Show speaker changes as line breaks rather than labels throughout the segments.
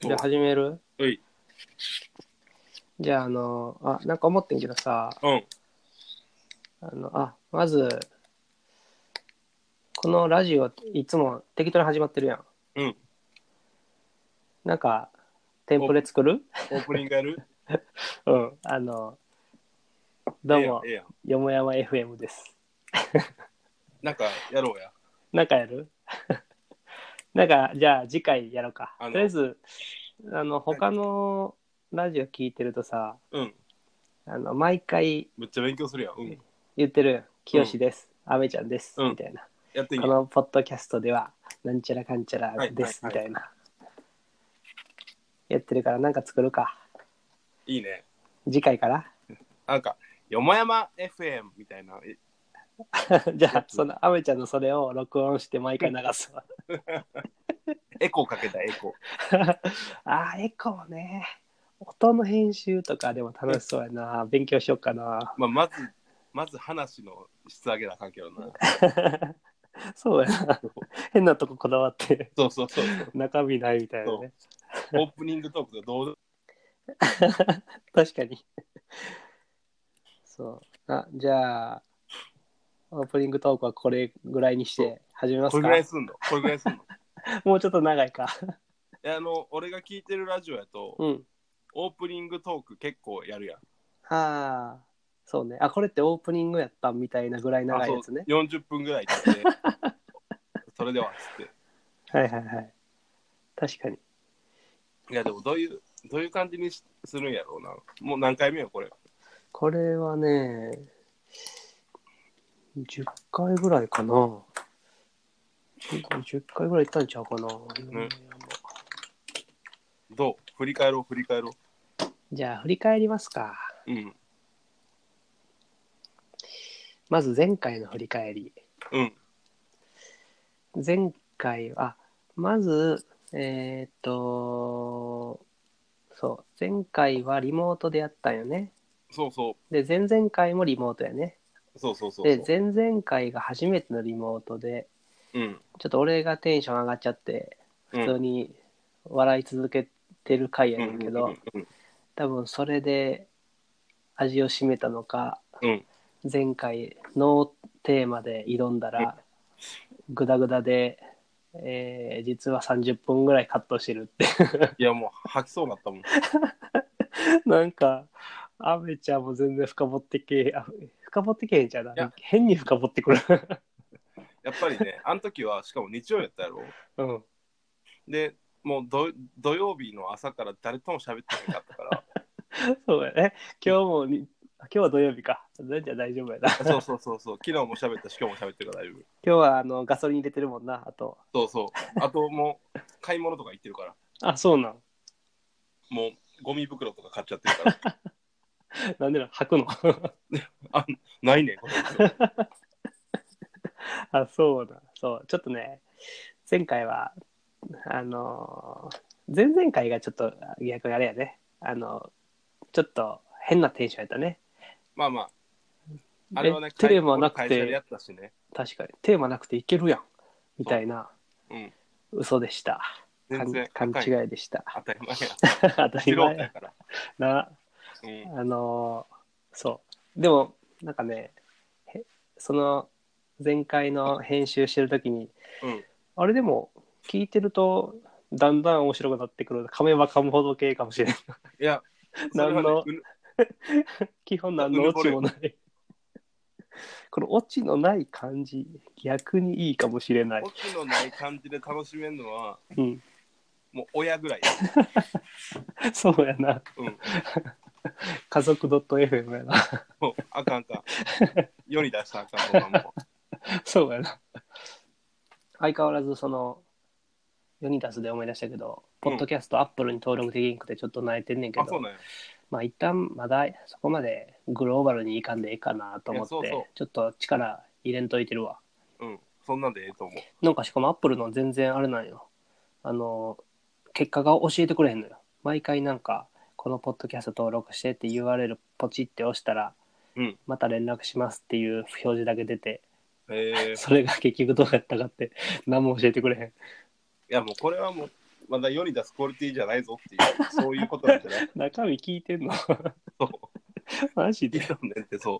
じゃあ始める
おい。
じゃあ、あの、あ、なんか思ってんけどさ、
うん。
あの、あ、まず、このラジオ、いつも適当に始まってるやん。
うん。
なんか、テンプレ作る
オープニングやる
うん。あの、どうも
ええやんええ、やん。
よもやま FM です。
なんか、やろうや。
なんかやる なんか、じゃあ次回やろうか。
あ
と
の
りあえず、あの、他のラジオ聞いてるとさ、
うん。
あの、毎回
めっちゃ勉強するやん。うん。
言ってる、きよしです、あめちゃんです、
うん
みたいな。
やってみ
このポッドキャストでは、なんちゃらかんちゃらです、
はい
み
は
た
い
いな。やってるから、なんか作るか。
いいね。
次回から
なんか、よもやま FM みたいな。え
じゃあ、その、あめちゃんのそれを録音して毎回流すわ。
エコーかけた、エコ
あー、エコーね。音の編集とかでも楽しそうやな。勉強しようかな
ー。。まあ、まず、まず話の質上げなあかんけどな。
そうやな。変なとここだわって、
そうそうそうそう。
中身ないみたいなね。
オープニングトークとどう
確かに。そう。あ、じゃあ、オープニングトークはこれぐらいにして始めます
これ
か
ぐらいすんのこれぐらいすんのい
もうちょっと長いか。
やあの、俺が聞いてるラジオやと、
うん。
オープニングトーク結構やるやん。
ああ、そうね。あ、これってオープニングやったみたいなぐらい長いやつね
あ。そう40分ぐらい経って、それでは、つって。
はいはいはい。確かに。
いや、でも、どういう、どういう感じにしするんやろうな。もう何回目よ、これ。
これはね、10回ぐらいかな。10回ぐらいいったんちゃうかな。
んどう振り返ろう、振り返ろ
じゃあ、振り返りますか。
う。うん。
まず前回の振り返り。
うん。
前回は、まず、えーっと、そう、前回はリモートでやったんよね。
そうそ
で、前々回もリモートやね。
う。そうそうそう。
で、前々回が初めてのリモートで、
うん。
ちょっと俺がテンション上がっちゃって、
うん
普通に笑い続けてる回やねんけど、
うん。
多分それで味を占めたのか、
うん。
前回のテーマで挑んだらグダグダで、えー実は30分ぐらいカットしてるって
いや、もう吐きそうになったもん。
なんかアメちゃんも全然深掘ってけあ深掘ってけへんじゃうない
や
変に深掘ってくる
やっぱりね、 あの時は、しかも日曜やったやろ。
うん
で、もうど土曜日の朝から誰とも喋ってなかっ たから。
そうやね今日もにあ今日は土曜日か全然大丈夫やな
そうそうそうそう。昨日も喋ったし、今日も喋ってるから大丈
今日はあのガソリン入れてるもんなあと
夫。そうそう。あともう、買い物とか行ってるから。
あそうなん
もう、ゴミ袋とか買っちゃってるから。
なんでなん吐くの
あ、ないね、この袋
あそうだそうちょっとね前回はあのー前々回がちょっと逆にあれやねあのちょっと変なテンションやったね
まあまあ、あれはね、
でテーマなく
会社でや
て
ったしね。
確かにテーマなくていけるやんみたいな
うん。
嘘でしたか
全
ん
然、
勘
高い
違いでした
当たり前や。
当た
素
り
人
前
やから。
な
うん。
あのーそうでもなんかねへその前回の編集してる時に
うん。
あれでも聞いてるとだんだん面白くなってくる噛めば噛むほど系かもしれない
いや、それは
何の
ねうぬ
基本何のオチもない このオチのない感じ逆にいいかもしれない
オ、チのない感じで楽しめる のは、
うん、
もう親ぐらい。
そうやな
うん。
家族 .fm やな
もう、あかんあかん。 世に出したらあかん、そんなもん
そうやな相変わらずそのユニタスで思い出したけど、
う
ポ
ん
ッドキャストアップルに登録できんくてちょっと泣いてんねんけ
あ、そ
ど
うなんや。
まあ一旦まだそこまでグローバルにいかんでいいかなと思って
いやそうそう
ちょっと力入れんといてるわ
うん。そんなんでええと思う。
なんかしかもアップルの全然あれなんよあの結果が教えてくれへんのよ毎回なんかこのポッドキャスト登録してって URL ポチって押したら
うん。
また連絡しますっていう表示だけ出て
えー、い
それが結局どうやったかって何も教えてくれへん
や、もうこれはもう、まだ世に出すクオリティじゃないぞっていう、そういうことなんじゃない
中身聞いてんの
そう。
マジ
いい
で
よねって、そう。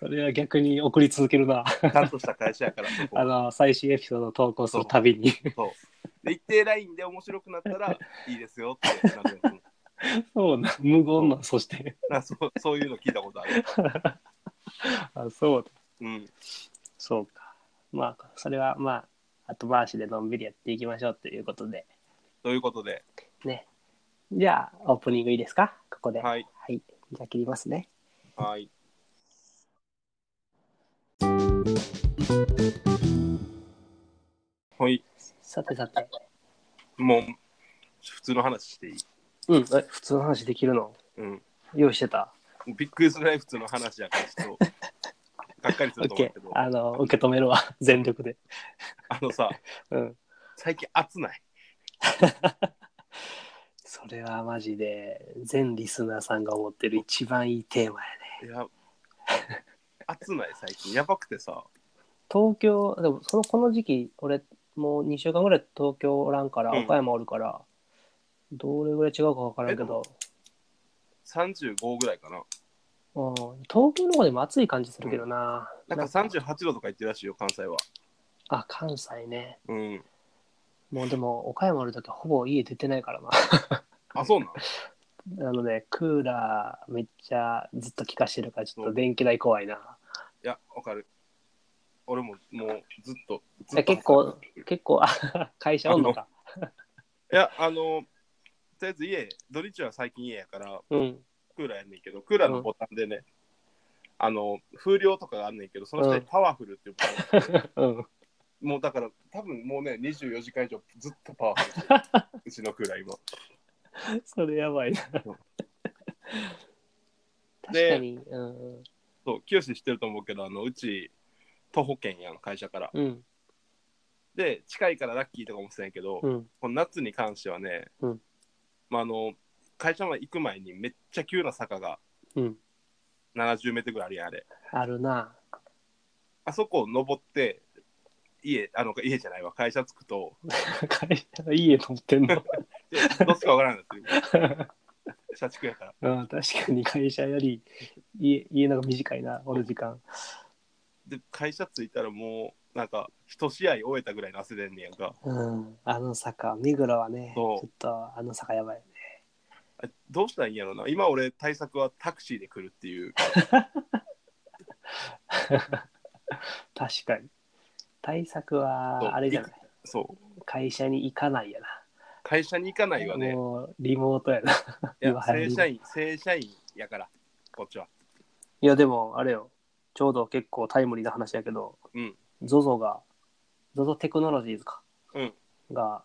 それは逆に送り続けるな。
ちゃんとした会社やから、そこ
あの、最新エピソードを投稿するたびに。
そう。で一定ラインで面白くなったらいいですよってなんか うん
そうな、無言な、そして。
なそうそういうの聞いたことある。
あそうだ、
うん。
そうか。まあ、それはまあ、後回しでのんびりやっていきましょうということで。
ということで、
ね。じゃあ、オープニングいいですかここで。
はい。
はい。じゃあ、切りますね。
はい。はい。
さてさて。
もう、普通の話していい。
うん、え普通の話できるの
うん。
用意してた。
びっくりするぐらい普通の話やから、ちょっと、がっかり す
オッ
ると思う
ケ
けど
ー。、あの、受け止めるわ。全力で。
あのさ、
うん。
最近暑ない。
それはマジで、全リスナーさんが思ってる一番いいテーマやね。
いや、暑ない、最近。やばくてさ。
東京でもそのこの時期俺もう2週間ぐらい東京おらんから、
うん
岡山おるからどれぐらい違うか分からんけど、
35ぐらいかな。
うん、東京の方でも暑い感じするけどな、
なんか38度とか言ってるらしいよ、関西は。
あ関西ね
うん。
もうでも岡山おる時ほぼ家出てないからな
あ、そうなん
なのでクーラーめっちゃずっと効かしてるからちょっ
う
と
ん
電気代怖いな、
いや、わかる。俺ももうずっと。ずっと
いや結構結構あ 会社おんのか
いや、あの、とりあえず家、土日は最近家やから、
うん
クーラーやんねんけど、クーラーのボタンでね、あの、風量とかがあんねんけど、その下にパワフルっていうボタ
う
ン、
ん
もうだから、多分もうね、24時間以上ずっとパワフルし てる。うちのクーラー今。
それやばいな
うん
確かにうんうん
そう、清知ってると思うけど、あの、うち、徒歩圏やん、会社から。
うん
で、近いからラッキーとかもしてんやけど、
うん
この夏に関してはね、
うん
まあ、あの会社まで行く前にめっちゃ急な坂が
うん
70メートルぐらいあるやんあれ
あるな。
あそこを登って家あの家じゃないわ会社着くと
会社がいい家持ってんの。
でどっちかわからんなってる 社畜やから
うん、確かに会社より家家の方が短いな、おる時間。
で会社着いたらもうなんか一試合終えたぐらいの汗出んねやんか
うん、あの坂、目黒はね、ち
そう
ょっとあの坂やばいよね。
あどうしたらいいんやろうな今俺対策はタクシーで来るっていう
確かに。対策
そう
は、あれじゃない。
そう
会社に行かないやな。
会社に行かないわね
もうリモートやな。
いや
今流行り
正
の
社員正社員やからこっちはい
や、でも、あれよ、ちょうど結構タイムリーな話やけど、
うん、
ZOZO が、ZOZO テクノロジーズか、
うん
が、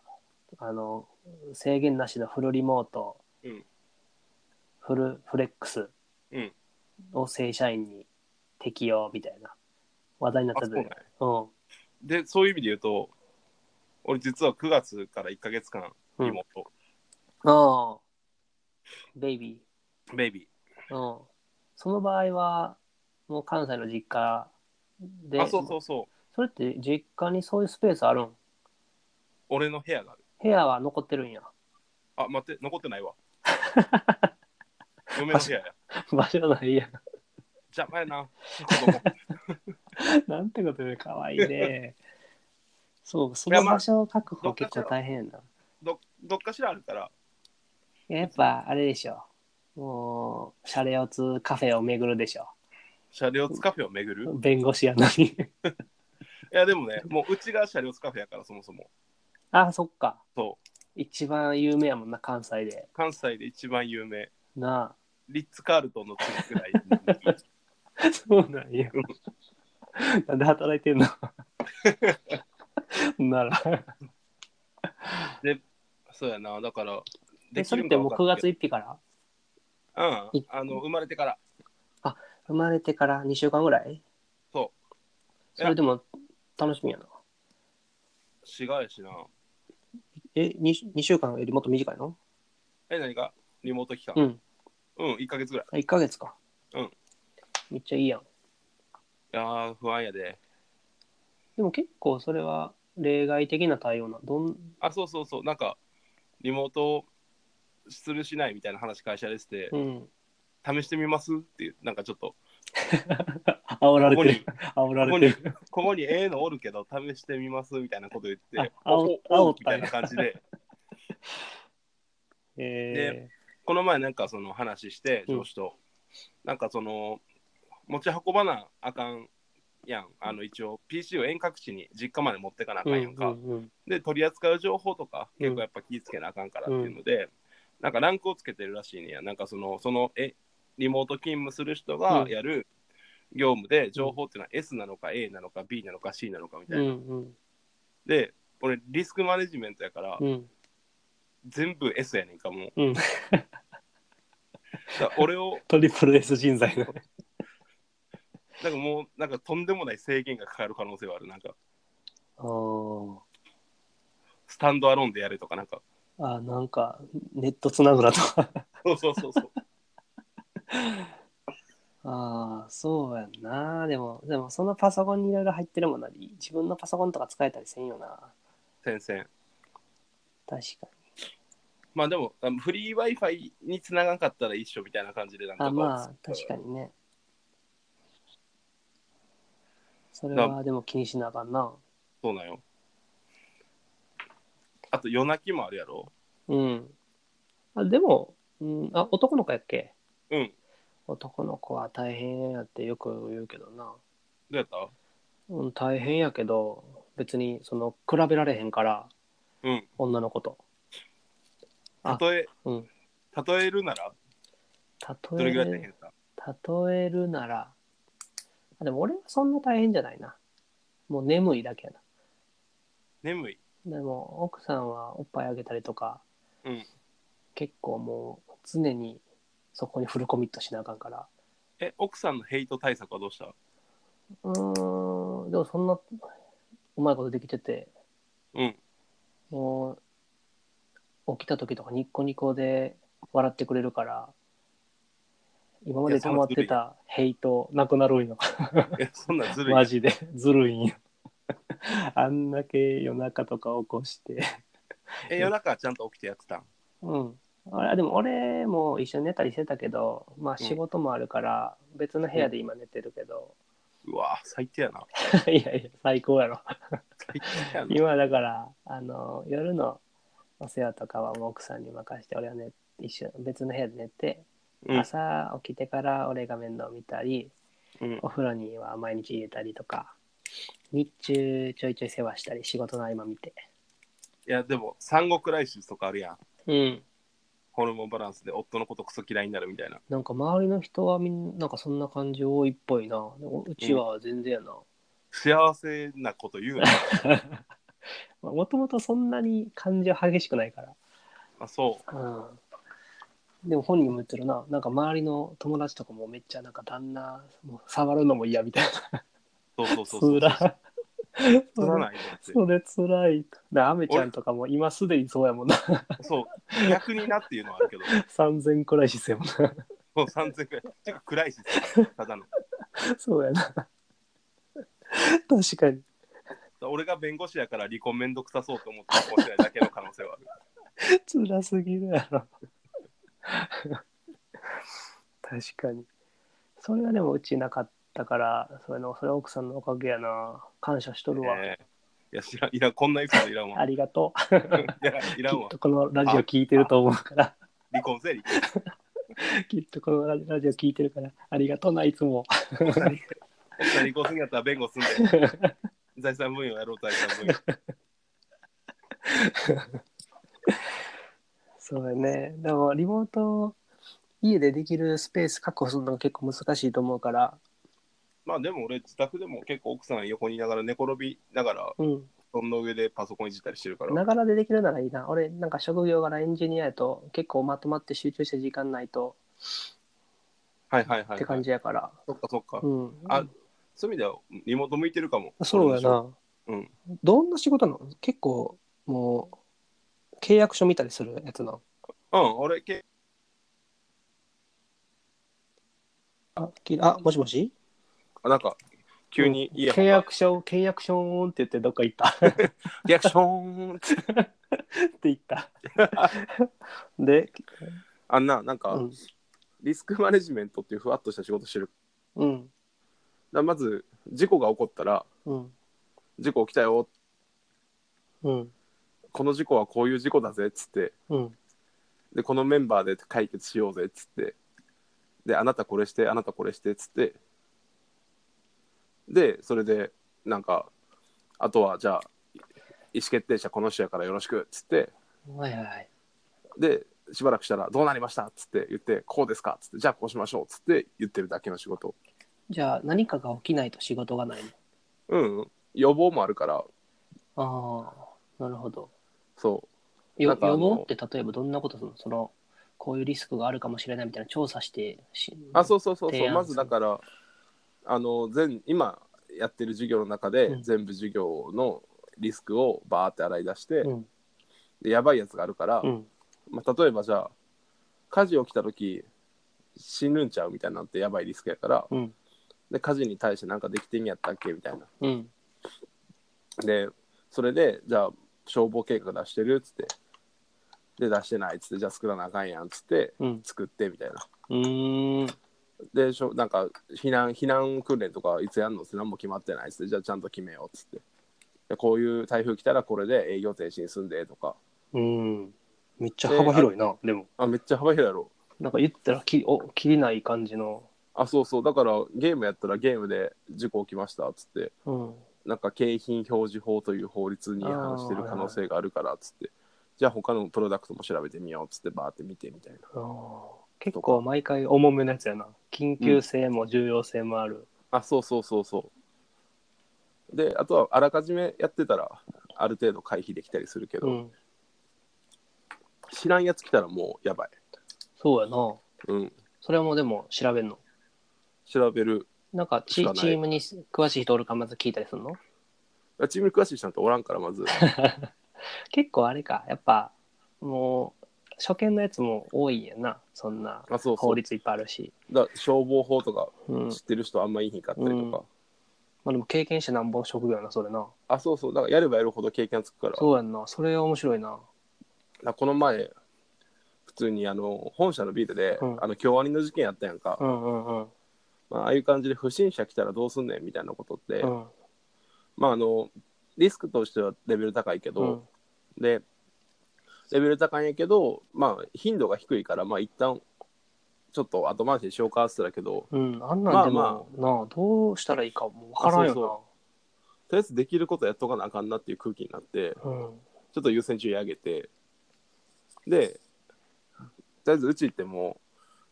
あの、制限なしのフルリモート、
うん
フルフレックス
うん
を正社員に適用みたいな話題になっ
あ
た
そ
じ
うな
ゃ
ん
ない
や
うん
で、そういう意味で言うと、俺実は9月から1ヶ月間、
うん
妹、
ああ、ベイビ
ベイビ
ー。うん。その場合は、もう関西の実家で、
ー。あ、そうそうそう。
それって実家にそういうスペースあるん
俺の部屋がある。
部屋は残ってるんや。
あ、待って、残ってないわ。嫁の部屋や。
場所ないやん。
邪魔やな。子供
なんてことでかわいいね。 そう、そ
い
の
やまあ
場所を確保結構大変やな。
どどっかしらあるから、
いややっぱあれでしょ。もう、シャレオツカフェを巡るでしょ。
車両ツカフェを巡る。
弁護士やのに。
いや、でもね、もううちが車両ツカフェやから、そもそも。
あ、そっか。
そう。
一番有名やもんな、関西で。
関西で一番有名。
な
リッツ・カールトンの次くらい。
あ。そうなんや。なん で働いてんのなら。
そうやな、だから、
で、それっ
ん
て
か
も
わ
う
か
9
らん
月
けど
1日から
うん。あの、生まれてから。
生まれてから2週間ぐらい。
そう
それでも楽しみやな。
違うやしな。
え、2, 2週間よりもっと短いの
え、何がリモート期間。
うん。
うん、1ヶ月ぐらい
あ1ヶ月か。
うん。
めっちゃいいやん。
いやー不安やで。
でも結構それは例外的な対応な。どん、
あ、そうそうそう。なんか、リモートするしないみたいな話会社でして、
うん。
試してみますって、なんかちょっと、
煽られ
ここ
て
に
る。、煽ら
ここ
れ
に
てる。、
ここにええのおるけど、試してみますみたいなこと言って、
ああお
お
煽
お
っ
み
たん
た
や
いな感じで、
え
この前なんかその話して、上司と、なんかその、持ち運ばなあかんやん。あの、一応、PC を遠隔地に実家まで持ってかなあ
ー。
かんやんか。
うんうん
で取り扱う情報とか
うん
結構やっぱ気ぃつけなあかんからっていうので、なんかランクをつけてるらしいねやなんかそのそのえリモート勤務する人が
うん
やる業務で情報っていうのは S なのか A なのか B なのか C なのかみた
う
い
ん。
な、
うん
で俺リスクマネジメントやから、
うん。うん。
全部 S やねんかもう、
うん
だから俺を
トリプル S 人材の。
なんかもうなんかとんでもない制限がかかる可能性はあるなんか
おー
スタンドアローンでやれとかなんか
あ、なんか、ネットつなぐなとか。
そうそうそ うそう
ああ、そうやんな。でも、でも、そのパソコンにいろいろ入ってるもんな。自分のパソコンとか使えたりせんよな。
先生
確か
まあでも、あのフリー Wi-Fi につながんかったら一緒みたいな感じでなん
に。
か
あ、まあ、確かにね。それは、でも気にしなあかんな。
そうなんよ。あと夜泣きもあるやろ。
うん。あ、でも、うん、あ、男の子やっけ
うん。
男の子は大変やってよく言うけどな。
どうやった
うん、大変やけど、別に、その、比べられへんから、
うん。
女の子と。あ
例え、
うん。
例えるならど
例
れ
え
ぐらい大変だった、
例えるなら、あでも俺はそんな大変じゃないな。もう眠いだけや
眠い。
な。でも奥さんはおっぱいあげたりとか、
うん
結構もう常にそこにフルコミットしなあかんから。
え、奥さんのヘイト対策はどうした
うーん、でもそんなうまいことできてて、
うん。
もう起きた時とかニッコニコで笑ってくれるから、今まで溜まってたヘイトなくなるんよ。
え、そんなんずるい。
マジで ずるいんよあんだけ夜中とか起こして
え、夜中はちゃんと起きてやってたん
うんあれでも俺も一緒に寝たりしてたけどまあ仕事もあるから別の部屋で今寝てるけど、
うわ最低やな。
いやいや最高やろ
最低やな。
今だからあの夜のお世話とかはもう奥さんに任せて俺はね一緒別の部屋で寝て、
うん
朝起きてから俺が面倒見たり
うん
お風呂には毎日入れたりとか日中ちょいちょい世話したり仕事の合間見て
いや、でも、産後クライシスとかあるやん。
うん
ホルモンバランスで夫のことクソ嫌いになるみたいな。
なんか周りの人はみんななんかそんな感じ多いっぽいな。でもうちは全然やな。
幸せなこと言うな。
まあもともとそんなに感情激しくないか
あ、そう。
ら。うん。でも本人も言ってるな。なんか周りの友達とかもめっちゃなんか旦那、もう触るのも嫌みたいな。
そうそうそうそう。
つら。
つらないだって
それつらい。な、アメちゃんとかも今すでにそうやもんな。
そう、逆になっていうのはあるけど、
3000くらいしせもんな。
もう3000くらい。てか、暗いし、ただの。
そうやな。確かに。
俺が弁護士やから離婚めんどくさそうと思って離婚しないだけの可能性はある。
辛すぎるやろ確かにそれはでもうちなかったからそれのそれは奥さんのおかげやな感謝 しとるわ、
ええいや、知らん、いらん、こんなエピソードいらん
あ
わ。
りがとう
いや、いらん
き
わ
っ。とこのラジオ聞いてると思うから
離婚せえ、離
きっとこのラジラジオ聞いてるからありがとうないつ も
婚。奥さん離婚するんやったら弁 護すんで、財産分与やろう、財産分与。
そうやねでもリモート家でできるスペース確保するのが結構難しいと思うから
まあでも俺、自宅でも結構奥さん横にいながら寝転びながら、
うん
布団の上でパソコンいじったりしてるから。
ながらでできるならいいな。俺、なんか職業柄エンジニアやと結構まとまって集中して時間ないと
はいはいはい、はい。
って感じやから。
そっかそっか。
うん。
あ、そういう意味では、リモート向いてるかも。
そうや。な。
うん。
どんな仕事なの結構もう契約書見たりするやつなの
うん、俺、け
あ、きあもしもし
あなんか、急に家
契約書、契約書ーんって言ってどっか行ったっ
リアクションって
て言 った。で、
あんななんか、
うん
リスクマネジメントっていうふわっとした仕事してるだ
う
か
ん、
らまず事故が起こったら
うん、
事故起きたよ
うん、
この事故はこういう事故だぜっつって
うん、
でこのメンバーで解決しようぜっつってであなたこれしてあなたこれしてっつってでそれでなんかあとはじゃあ意思決定者この人やからよろしくっつって
はいはい。
でしばらくしたら「どうなりました?」っつって言って「こうですか?」っつって「じゃあこうしましょう」っつって言ってるだけの仕事
じゃあ何かが起きないと仕事がない
うん、うん、予防もあるから
の。ああ、なるほど。
そな
よ
んかあ
予
の
防って例えばどんなことするのその、こういうリスクがあるかもしれないみたいな調査してし
うあそうそうそうそ
提
う
案
まずだからあの全今やってる授業の中で、
うん
全部授業のリスクをバーって洗い出して、
うん、
でやばいやつがあるから、
うん、
まあ、例えばじゃあ火事起きた時死ぬんちゃうみたいなんてやばいリスクやから
うん、
で火事に対してなんかできてんやったっけみたいな
うん、
でそれでじゃあ消防計画出してるっつってで出してないっつってじゃあ作らなあかんやんっつって
うん。
作ってみたいな
うーん。
でしょなんか避難避難訓練とかいつやんのって何も決まってないっつってじゃあちゃんと決めようっつってでこういう台風来たらこれで営業停止にすんでとか
うん。めっちゃ幅広いな、でも。
あめっちゃ幅広いやろ
なんか言ったらきお切りない感じの。
あそうそうだからゲームやったらゲームで事故起きましたっつって
うん。
なんか景品表示法という法律に違反してる可能性があるからっつってじゃあ他のプロダクトも調べてみようっつってバーって見てみたいな
あー結構毎回重めのやつやな。緊急性も重要性もある。
あそうそうそうそうであとはあらかじめやってたらある程度回避できたりするけど、
うん。
知らんやつ来たらもうやばい
そうやな。
うん
それもでも調べんの。
調べる
なんかチ
知らない
チームに詳しい人おるかまず聞いたりするの
あチームに詳しい人なんておらんからま ず
結構あれか。やっぱもう初見のやつも多いんやな。そんな
あそうそ
法
う
律いっぱいあるし。
だ消防法とか
うん。
知ってる人あんまいいひんかったりとか、
うんまあでも経験者なんぼの職業やな、それな。
あそうそうだからやればやるほど経験つくから
そうやんな。それ面白いな。
だからこの前普通にあの本社のビールで、
うん
あの京アニの事件やったやんか、
うんうんうん。
まあ、ああいう感じで不審者来たらどうすんねんみたいなことって、
うん。
まああのリスクとしてはレベル高いけど、
うん
でレベル高いんやけどまあ頻度が低いからまあ一旦ちょっと後回しにしようかっつってたけど
うん、あんなんでも、
まあま
なあどうしたらいいかもわからん
あ
よ
とりあえずできることやっとかなあかんなっていう空気になって
な。うん
ちょっと優先順位上げてでとりあえずうち行っても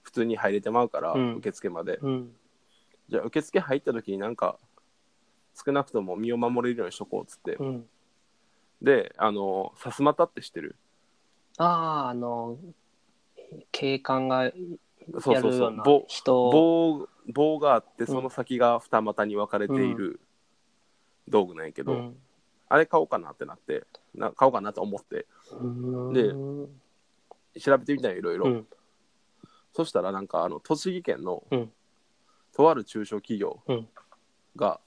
普通に入れてまうから、
うん
受付まで
うん
じゃあ受付入った時になんか少なくとも身を守れるようにしとこうっつって、
うん、
であのさすまたって知ってる
あああの警官がや
そうそ
る
うそ
よう
う
な
棒
人
棒棒があってその先が二股に分かれている道具なんやけど、
うん
あれ買おうかなってなってな買おうかなと思って
うん
で
うん
調べてみたんよいろいろ、
うん
そしたらなんかあの栃木県の
うん
とある中小企業
うん
が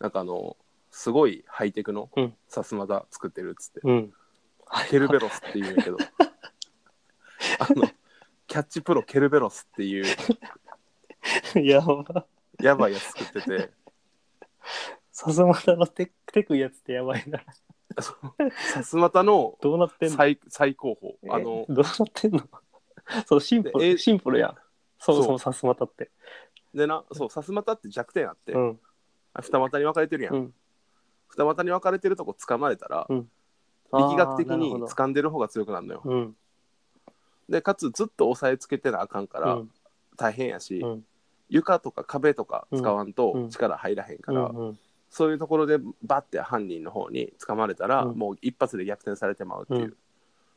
なんかあのすごいハイテクの
うん
さすまた作ってるっつって、
うん
ケルベロスっていうんやけどあのキャッチプロケルベロスっていう
いやば
やばいやつ作って て。
さすまたのテクテクいやつってやばいな
さすまたの
どうなってんの
最最高峰あの
えどうなってんの そうシンプ
え
ルシンプルやんそもそ
そう
もさすまたって
でなそうさすまたって弱点あって、
うん
あ二股に分かれてるやん、
うん
二股に分かれてるとこ掴まれたら、
うん
力学的
あーなる
に
ほど
掴んでる方が強くなるのよ、
うん
でかつずっと押さえつけてなあかんか
う
ら
ん
大変やし、
うん
床とか壁とか使わ
う
ん
んう
と
ん
力入らへんか
う
ら、
んうん
そういうところでバッて犯人の方に掴まれたら、
うん
もう一発で逆転されてまうっていう、
うん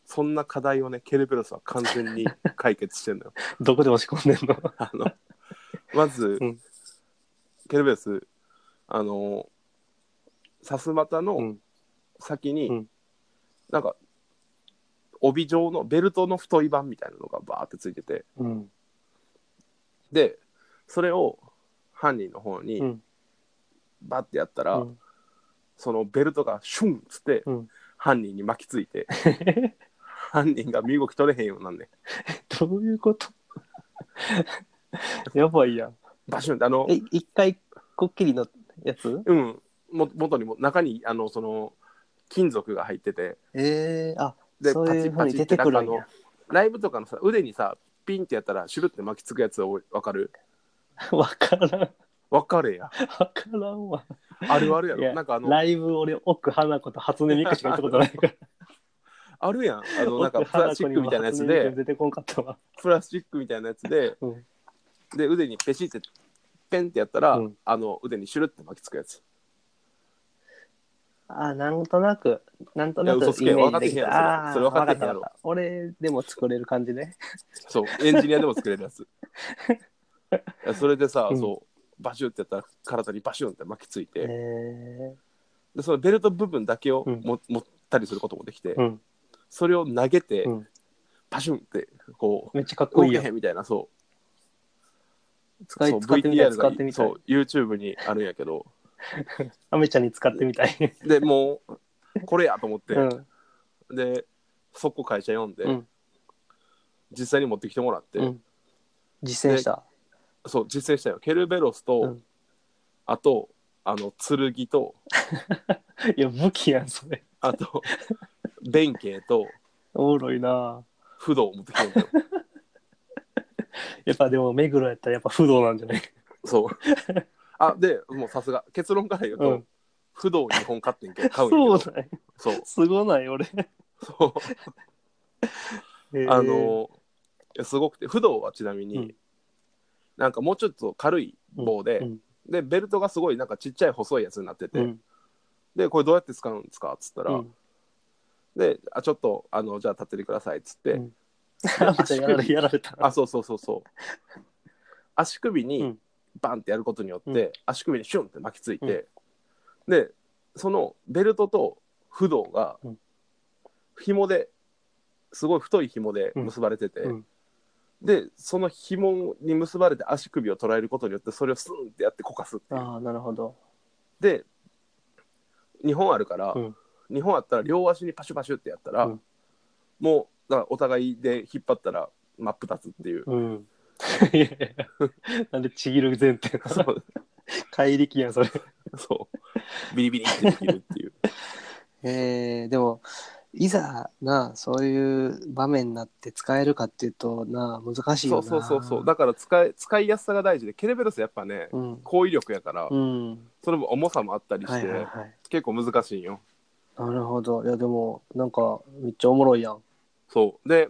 そんな課題をねケルベロスは完 全に解決してんのよ
どこで押し込んでんの
あのまず、
うん
ケルベロスあのさすまたの、
うん
先に、
うん
なんか帯状のベルトの太い版みたいなのがバーってついてて
うん
でそれを犯人の方に
うん
バッてやったら、
うん
そのベルトがシュンっつって、
うん
犯人に巻きついて 犯人が身動き取れへんようになんねん
どういうこと やばいやん。
バシュンってあの
え、一回こっきりのやつ
うんも元にも中にあのその金属が入ってて
ええあ、
で
そういうふうに出
っ
て
て
くる
なんんかあの
や。
ライブとかのさ腕にさピンってやったらシュルって巻きつくやつはわかる
わからん。わ
わかるや
からんわ。
あるあるや
いや
ろなんかあの
ライブ俺、奥花子と初音ミクしか行ったことない から。
あるやんあのなんか
奥
プラ
花
スチ
子
ッ
に
ク
も
みたいなやつ
初音ミ
で
ク出てこんかったわ。
プラスチックみたいなやつで、
うん
で腕にペシってペンってやったら、
うん
あの腕にシュルって巻きつくやつ
あ、なんとなく、なんとない
や
く
嘘つけ
イメージでき
分かってへんやろ
た。あー
それ分かってへんやろ
分かった俺でも作れる感じね。
そうエンジニアでも作れる やついやそれでさ、
うん
そうバシュンってやったら体にバシュンって巻きついて、
ええ
でそのベルト部分だけを
うん
も、持ったりすることもできて、
うん。
それを投げて、
うん
パシュンってこ
めっちゃかっ
う動
こいい
け
や
へ
ん。
んみたいなそう
使い
そう
使ってみたい
VTR が
使ってみたい
そう YouTube にあるんやけど
アメちゃんに使ってみたい。
でもうこれやと思って、
うん。
で速攻会社読んで、
うん
実際に持ってきてもらって、
うん実践した。
そう実践したよケルベロスと、
うん
あとあの剣と
いや、武器やん、それ。
あと弁慶と
おもろいな
不動を持ってきてもらったよ
やっぱでも、目黒やったらやっぱ不動なんじゃない
そうあでもうさすが結論から言うと、
うん
不動2本買ってんけど買うんやけ
そ
ど
うだよ。
そう
すごない、 俺。
そうあのいやすごくて不動はちなみに、
うん
なんかもうちょっと軽い棒で、
うん
でベルトがすごいなんかちっちゃい細いやつになってて、
うん、
でこれどうやって使うんですかっつったら、
うん
であちょっとあのじゃあ立っててくださいっつって、
うんアメちゃんや られやられた。
あそうそうそうそう足首
う
に
ん
バンってやることによって、
うん
足首にシュンって巻きついて、でそのベルトと不動が
うん
紐ですごい太い紐で結ばれてて、
うん
でその紐に結ばれて足首を捉えることによってそれをスンってやってこかすっていう
ああ、なるほど。
で2本あるから、
うん
2本あったら両足にパシュパシュってやったら、
うん
もうだからお互いで引っ張ったら真っ二つっていう、
うん。いやいやなんでちぎる前提な
そ
の
う
怪力やんそれ。
そうビリビリってできるっ ていう
えー、でもいざなそういう場面になって使えるかっていうとな難しい
そ
よ
う
な。
そうそうそうだから使い使いやすさが大事でケルベロスやっぱね
うん。
高威力やから、
うん。
それも重さもあったりして、
はいはいはい。
結構難しいんよ
なるほど。いやでもなんかめっちゃおもろいやん。
そうで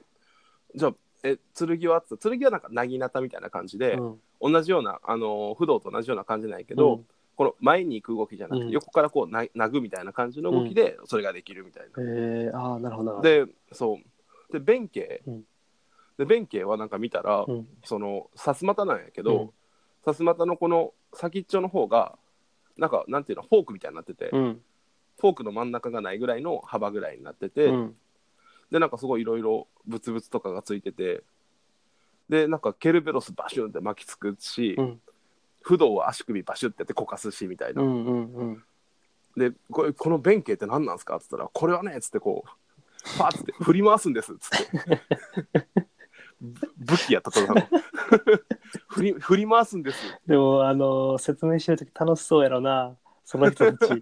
じゃあえ剣はあって剣はなんかなぎなたみたいな感じで、
うん。
同じようなあの不動と同じような感じなんやけど、この前に行く動きじゃなくて、
うん
横からこうな殴るみたいな感じの動きでそれができるみたいな。
えー、ああなるほど。、
でそうで弁慶、
うん
で弁慶はなんか見たら、
うん、
そのさすまたなんやけど、
うん
さすまたのこの先っちょの方がなんかなんていうのフォークみたいになってて、
うん。
フォークの真ん中がないぐらいの幅ぐらいになってて、
うん。
でなんかすごいいろいろブツブツとかがついててでなんかケルベロスバシュンって巻きつくし、
うん。
不動は足首バシュンってやってこかすしみたいな
う。んうんうん。
でこれこの弁慶って何なんですか?」っつったら「これはね」っつってこうパーッつって振り回すんですっつって ぶ武器やったとたの 振り振り回すんです
でも、あのー説明してるとき楽しそうやろな、その人 たち。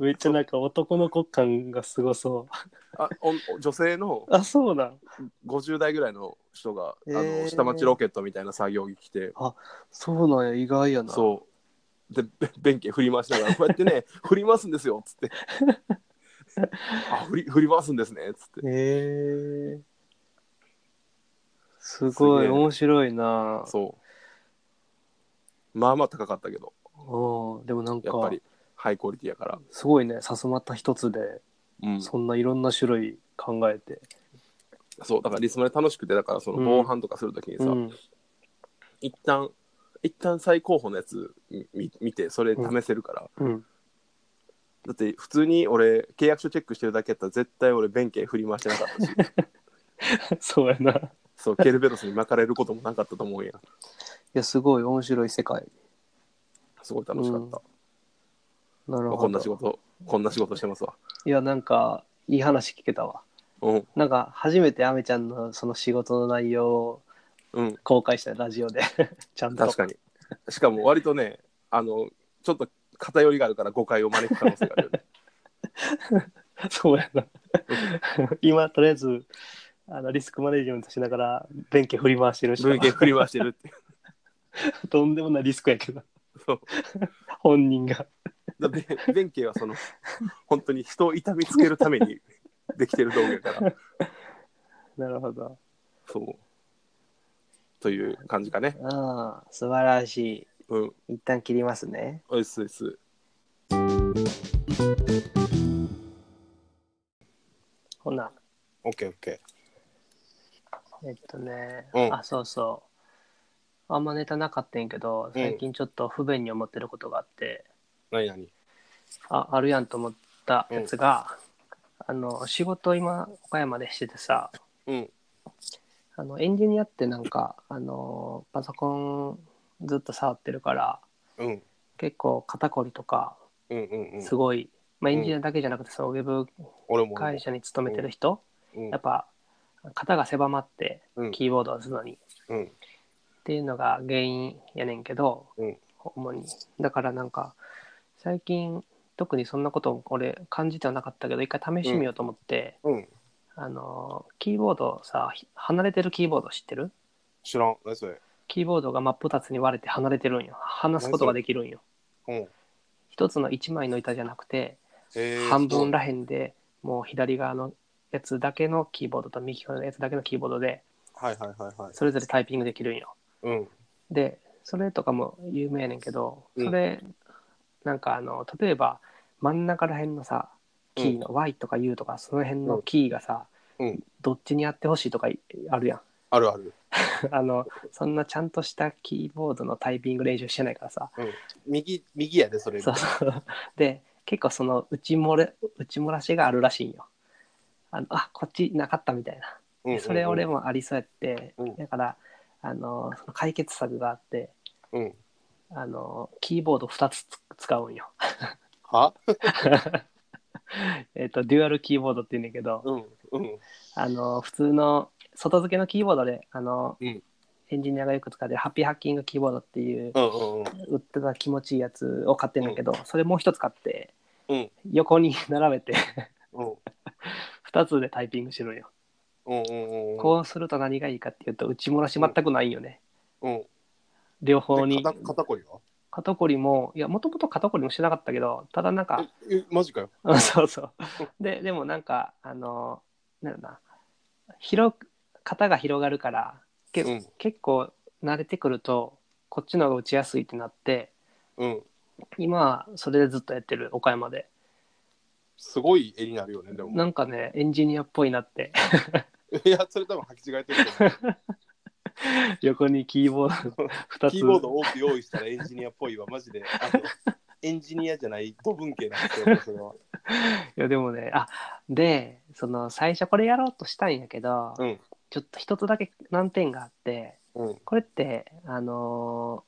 めっちゃなんか男の子感がすごそう。
あお女性の
あ、そうなん。
50代ぐらいの人が、あ
え
の
ー
下町ロケットみたいな作業着着て
そうなんや、意外やな。
そうでべ弁慶振り回しながら「こうやって ね振り回すんですよ」っつって「あ振り振り回すんですね」っつって
へえすご
す
い、
げえ
面白いな。
そうまあまあ高かったけど
うん、でもなん
やっ
か、
ぱりハイクオリティやから、
すごいね、さすまた一つで、
うん、
そんないろんな種類考えて。
そうだからリスマで楽しくてだからその
うん
防犯とかするときにさ、
うん、
一旦一旦最高峰のやつみ見てそれ試せるから、
うん。
だって普通に俺契約書チェックしてるだけやったら絶対俺弁慶振り回してなか ったし
そうやな。い
そうケルベロスに巻かれることもなかったと思うんや
や、すごい面白い世界。
すごい楽しかった、
なる
ま
ほ
あ、
ど。
こんな仕事こんな仕事してますわ
いや、なんか、いい話聞けたわ。
うん
なんか、初めてアメちゃんのその仕事の内容を
うん
公開したよラジオで。 ちゃんと。
確かにしかも割とねあのちょっと偏りがあるから誤解を招く可能性があるよ ね
そうやな。今、とりあえず、あのリスクマネジメントしながら、弁慶振り回してるし、
文献振り回してるってい う
とんでもないリスクやけど、
そう
本人が。
だって弁慶はその本当に人を痛みつけるためにできてる道具やから
なるほど。
そうという感じかね
ああ、素晴らし
うん
い。一旦切りますね。
おいっすおいっす
ほな、
オッケーオッケ
えっとね、
うん
あ、そうそう。あんまネタなかったんやけど、最近ちょっと不便に思ってることがあって、
ー何何
ああるやんと思ったやつが、あの、仕事今、岡山でしててさ、
うん
あのエンジニアってなんか、あのパソコンずっと触ってるから、
うん
結構肩こりとか、
うんうんうん
すごい、まあ、エンジニアだけじゃなくて、そのウェブ
俺も
会社に勤めてる人、
うん
やっぱ肩が狭まって
うん
キーボードを打つのに、っ
うん
ていうのが原因やねんけど、
うん
主にだからなんか最近特にそんなことを俺感じてはなかったけど一回試してみようと思って、
うん
あのキーボードさひ離れてるキーボード知ってる
知らん何それ
キーボードが真っ二つに割れて離れてるんよ離すことができるんよ
うん
一つの一枚の板じゃなくて
えー
半分らへんでもう左側のやつだけのキーボードと右側のやつだけのキーボードで
はいはいはいはい
それぞれタイピングできるんよ
うん
でそれとかも有名やねんけど
うん
それ、なんかあの例えば真ん中ら辺のさキーの Y とか U とかその辺のキーがさ、
うん
どっちにやってほしいとかあるやん
あるある
あのそんなちゃんとしたキーボードのタイピング練習してないからさ
右右やでそれ
そう そうで結構その内漏れ内漏らしがあるらしいんよあのあこっちなかったみたいな
うんうんうん
それ俺もありそうやって、
うん
だからあのその解決策があって
うん
あのキーボード2つつ使うんよ
は
えっとデュアルキーボードって言うんだけど
うんうん
あの普通の外付けのキーボードであの、
うん
エンジニアがよく使ってるハッピーハッキングキーボードっていう
うんうん
売ってた気持ちいいやつを買ってんだけど、それもう一つ買って
うん
横に並べて
うん
2つでタイピングしてるんよ、
うんうんうん
こうすると何がいいかっていうと打ち漏らし全くないんよね、
うん
両方に
で肩肩こりは
肩こりもいやもともと肩こりもしてなかったけどただなんか
ええマジかよ
そうそう ででもなんかあのなんだろうな広く肩が広がるからけ、
うん
結構慣れてくるとこっちの方が打ちやすいってなって
うん
今はそれでずっとやってる岡山です
ごい絵になるよねでも
なんかねエンジニアっぽいなって
いやそれ多分履き違えてると思
横にキーボード2
う
つ
キーボード多く用意したらエンジニアっぽいわマジであ のエンジニアじゃない土文系なんですよそれはい
やでもねあでその最初これやろうとしたんやけど、
うん
ちょっと一つだけ難点があって
うん
これってあの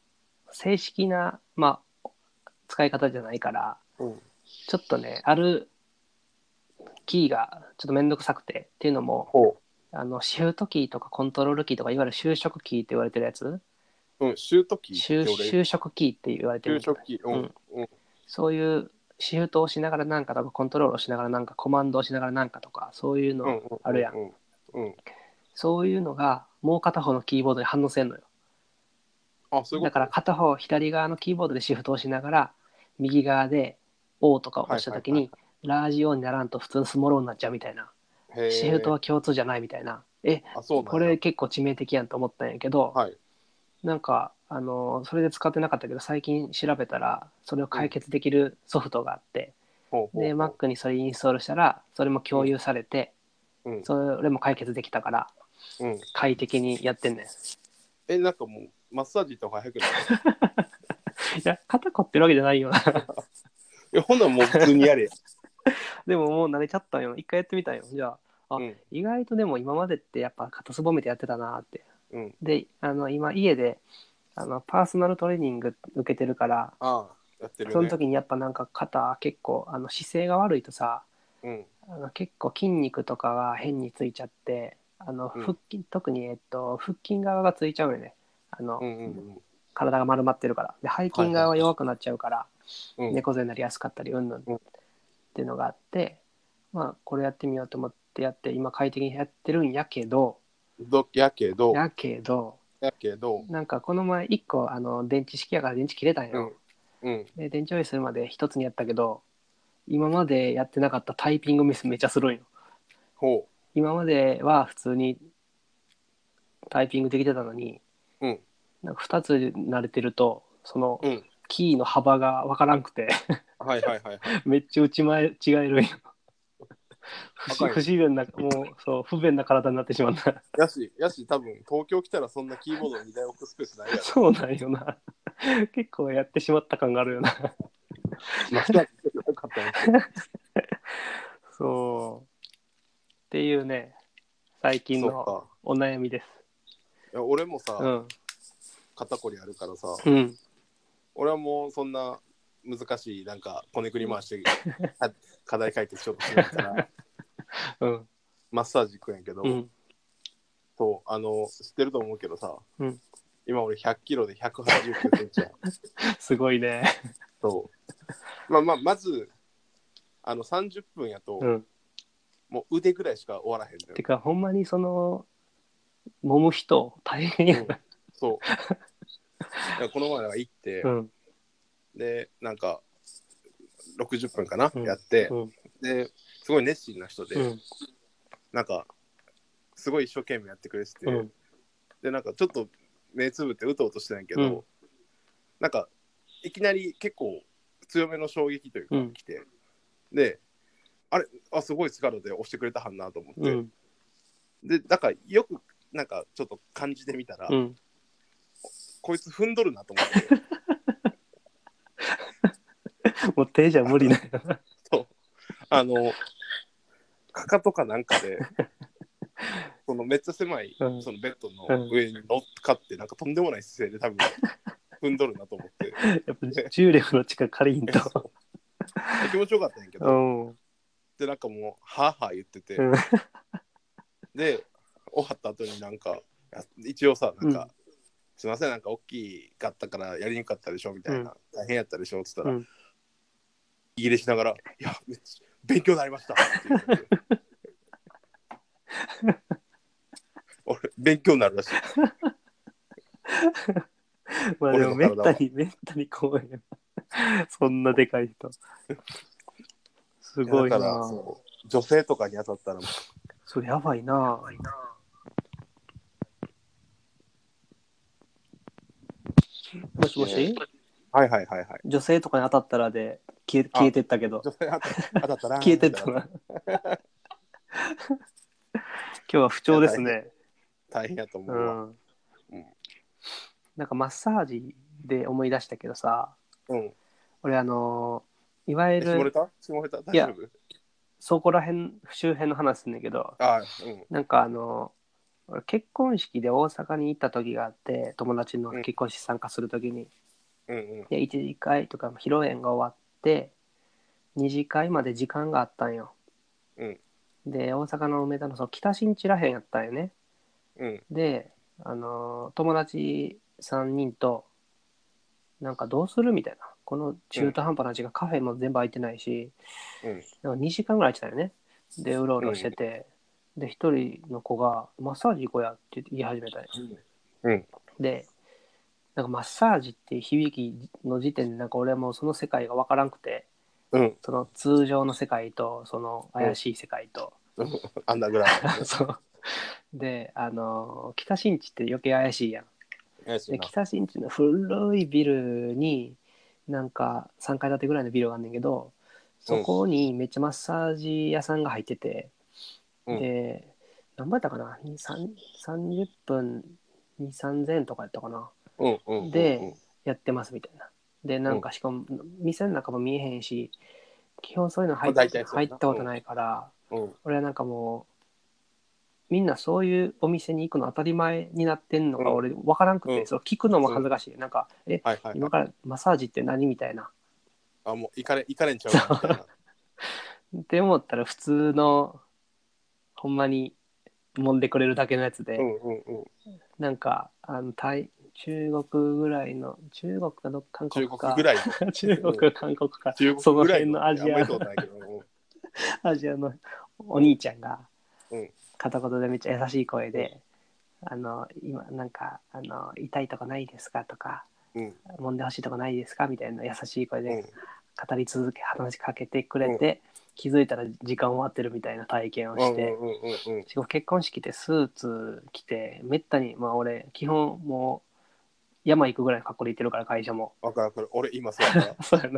ー正式なまあ使い方じゃないから
うん
ちょっとねあるキーがちょっと面倒くさくてっていうのも
ほ
あのシフトキーとかコントロールキーとかいわゆる就職キーって言われてるやつ
ううんシュートキー
就
って
就職キーって言われて
俺
る
就職キーうんうん
そういうシフトをしながらなんかとかコントロールをしながらなんかコマンドをしながらなんかとかそういうの、
うんうん
あるやん
うんうん
そういうのがもう片方のキーボードに反応せんのよ
あそういうこ
だ
と
から片方左側のキーボードでシフトをしながら右側で O とかを押した時
はい
にラージ O にならんと普通のスモローになっちゃうみたいな
へー
シフトは共通じゃないみたいなえ
あそうなんや
これ結構致命的やんと思ったんやけど、
はい
なんかあのそれで使ってなかったけど最近調べたらそれを解決できるソフトがあって、
ほうほう
で Mac にそれインストールしたらそれも共有されて、
うん
それも解決できたから
うん
快適にやってんね ん。
えなんかもうマッサージ行った方が早くない
いや肩凝ってるわけじゃないよな
えほんならもう普通にやれや
でももう慣れちゃったんよ一回やってみたんよじゃあ あ
うん
意外とでも今までってやっぱ肩すぼめてやってたなって
うん
であの今家であのパーソナルトレーニング受けてるから
ああやってるね
その時にやっぱなんか肩結構あの姿勢が悪いとさ
うん
あの結構筋肉とかが変についちゃってあの
うん
腹筋、特に、えっと、腹筋側がついちゃうよねあの、
うんうん
体が丸まってるからで背筋側が弱くなっちゃうから、
うんうん
猫背になりやすかったりうんぬんっ
うん
ていうのがあってまあこれやってみようと思ってやって今快適にやってるんやけど
どやけど
やけど
やけど
なんかこの前1個あの電池式やから電池切れたん
う
よ
ん、うん
で電池用意するまで1つにやったけど今までやってなかったタイピングミスめっちゃするんよ
ほ
今までは普通にタイピングできてたのに
ううん
なんか2つ慣れてるとその
うん
キーの幅がわからんくて
はいはいはいはい
めっちゃ打ち前違えるんよ不
高い
思不自然なもうそう不便な体になってしまった
やしやし多分東京来たらそんなキーボードの2台置くスペースない やろ
そうなんよな結構やってしまった感があるよな
マスターズよかったね
そうっていうね最近
そっ
の
か
お悩みです
いや俺もさ、
うん
肩こりあるからさ、
うん
俺はもうそんな難しいなんかこねくり 回してか課題解決しようとしないから
うん
マッサージ行くんやけど、
うん
そうあの知ってると思うけどさ、
うん
今俺100キロで189センチや
すごいね
そうまあまあまずあの30分やと、
うん
もう腕ぐらいしか終わらへんのよ
てかほんまにその揉む人大変やな
そう いやこの前なんか行って、
うん
でなんか60分かな、
うん
やって、
うん
ですごい熱心な人で、
うん
なんかすごい一生懸命やってくれてて、
うん
でなんかちょっと目つぶってうとうとしてないけど、
うん
なんかいきなり結構強めの衝撃というか
うん
来て、であれあすごい力で押してくれたはんなと思って、
うん
でなんかよくなんかちょっと感じてみたら、
うん
こいつ踏んどるなと思 って
もう手じゃ無理だよな
そうあのかかとかなんかでそのめっちゃ狭い
うん
そのベッドの上に乗っかってなんかとんでもない姿勢で多分踏んどるなと思って
やっぱ重力の力借りん
そ
と
う気持ちよかったんやけど、
うん
でなんかもうはあはあ言ってて、
うん
で終わった後になんかあ一応さなんか、
うん
すいませんなんか大きかったからやりにくかったでしょみたいな、大変やったでしょっつったら、
うん
イギリしながら「いやめっちゃ勉強になりました」って言ってて 俺勉強になるらしい
まあでもめ
俺
っ
の体
た
は
にめったに怖いよそんなでかい 人すごい
だから
な
そう女性とかに当たったらもう
それやばいなもしもし、
ねはいはいはいはい
女性とかに当たったらで消え消えてったけど
女性当た当たったら
消えてった な今日は不調ですね
大変やと思
う
うわ、
ん
うん
なんかマッサージで思い出したけどさ
うん
俺あのいわゆ
下ネ
る
タ下ネタ大
いや
丈夫
そこら辺周辺の話すんだけど
あうん
なんかあの俺結婚式で大阪に行った時があって友達の結婚式参加する時に、
うんうん
で1次会とか披露宴が終わって2次会まで時間があったんよ、
うん
で大阪の梅田のその北新地らへんやったんよね
うん
であの友達3人となんかどうするみたいなこの中途半端な時間、カフェも全部空いてないし、
うん
なんか2時間ぐらい空いてたよねでうろうろしてて、で1人の子が「マッサージ行こうや」って言い始めたんよでなんかマッサージっていう響きの時点でなんか俺はもうその世界が分からんくて
うん
その通常の世界とその怪しい世界と、
アンダーグラウンド ね
そうであの北新地って余計怪しいやん
怪しい
で
な
北新地の古いビルになんか3階建てぐらいのビルがあんねんけどそこにめっちゃマッサージ屋さんが入ってて、
うん
で何倍だったかなにさん30分2 3 0 0円とかやったかな
うんうんうんうん
でやってますみたいな。で、なんかしかも、店の中も見えへんし、基本そういうの入っ
まあ大体そう
入
や
っ
な
たことないから、
うん
俺はなんかもう、みんなそういうお店に行くの当たり前になってんのが
うん
俺分からんくて、
うん
そう聞くのも恥ずかしい。なんか、え、
はいはい
今からマッサージって何みたいな。
あもういかれいかれんちゃうかみたいな
って思ったら普通のほんまに揉んでくれるだけのやつで、
うんうんうん
なんかあのタイ中国ぐらいの中国かどっか韓
中
国
国
か
ぐらい
中国か韓国か
中
そ
国
の
ぐら
辺
い
のアジ
あんま
アの
り行ったことないけど
アジアのお兄ちゃんが
うん
片言でめっちゃ優しい声で「あの今なんかあの痛いとこないですか?」とか
うん
「揉んでほしいとこないですか?」みたいな優しい声
うんう
で
ん
語り続け話しかけてくれて気づいたら時間終わってるみたいな体験をして。
うんうんうんうん
しかも結婚式でスーツ着てめったにまあ俺基本もう山行くぐらいの格好で行ってるから会社も
わかるわかる俺今そうやからい
そうや